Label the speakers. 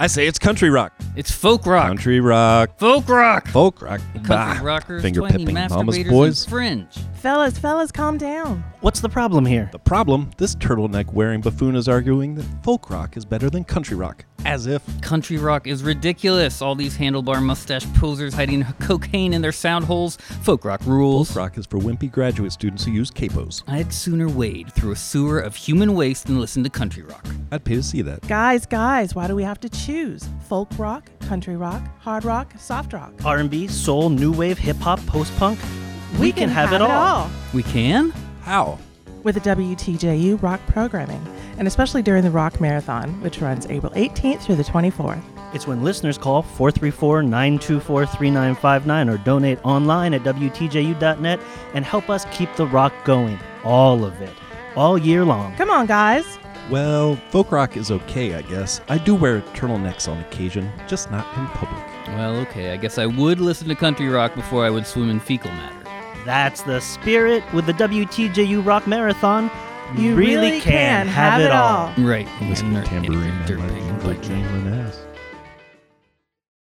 Speaker 1: I say it's country rock.
Speaker 2: It's folk rock.
Speaker 1: Country rock.
Speaker 2: Folk rock.
Speaker 1: Folk rock.
Speaker 2: Country
Speaker 1: Bah.
Speaker 2: rockers,
Speaker 1: Finger
Speaker 2: twangy
Speaker 1: pipping mama's
Speaker 2: masturbators,
Speaker 1: boys.
Speaker 2: and fringe.
Speaker 3: Fellas, fellas, calm down.
Speaker 4: What's the problem here?
Speaker 1: The problem this turtleneck wearing buffoon is arguing that folk rock is better than country rock. As if.
Speaker 2: Country rock is ridiculous. All these handlebar mustache posers hiding cocaine in their sound holes. Folk rock rules.
Speaker 1: Folk rock is for wimpy graduate students who use capos.
Speaker 2: I'd sooner wade through a sewer of human waste than listen to country rock.
Speaker 1: I'd pay to see that.
Speaker 3: Guys, guys, why do we have to choose? Folk rock, country rock, hard rock, soft rock.
Speaker 4: R&B, soul, new wave, hip hop, post punk? We, can, have, it all.
Speaker 2: We can?
Speaker 1: How?
Speaker 3: with the WTJU rock programming, and especially during the Rock Marathon, which runs April 18th through the 24th.
Speaker 4: It's when listeners call 434-924-3959 or donate online at WTJU.net and help us keep the rock going. All of it. All year long.
Speaker 3: Come on, guys.
Speaker 1: Well, folk rock is okay, I guess. I do wear turtlenecks on occasion, just not in public.
Speaker 2: Well, okay, I guess I would listen to country rock before I would swim in fecal matter.
Speaker 4: That's the spirit with the WTJU Rock Marathon.
Speaker 3: You really can have it all.
Speaker 2: Right.
Speaker 1: Listen to
Speaker 2: Nerd-
Speaker 1: Tambourine Man
Speaker 2: dirtbag
Speaker 1: by
Speaker 2: and
Speaker 1: Blake
Speaker 2: bike man.
Speaker 1: Chamberlain Ass.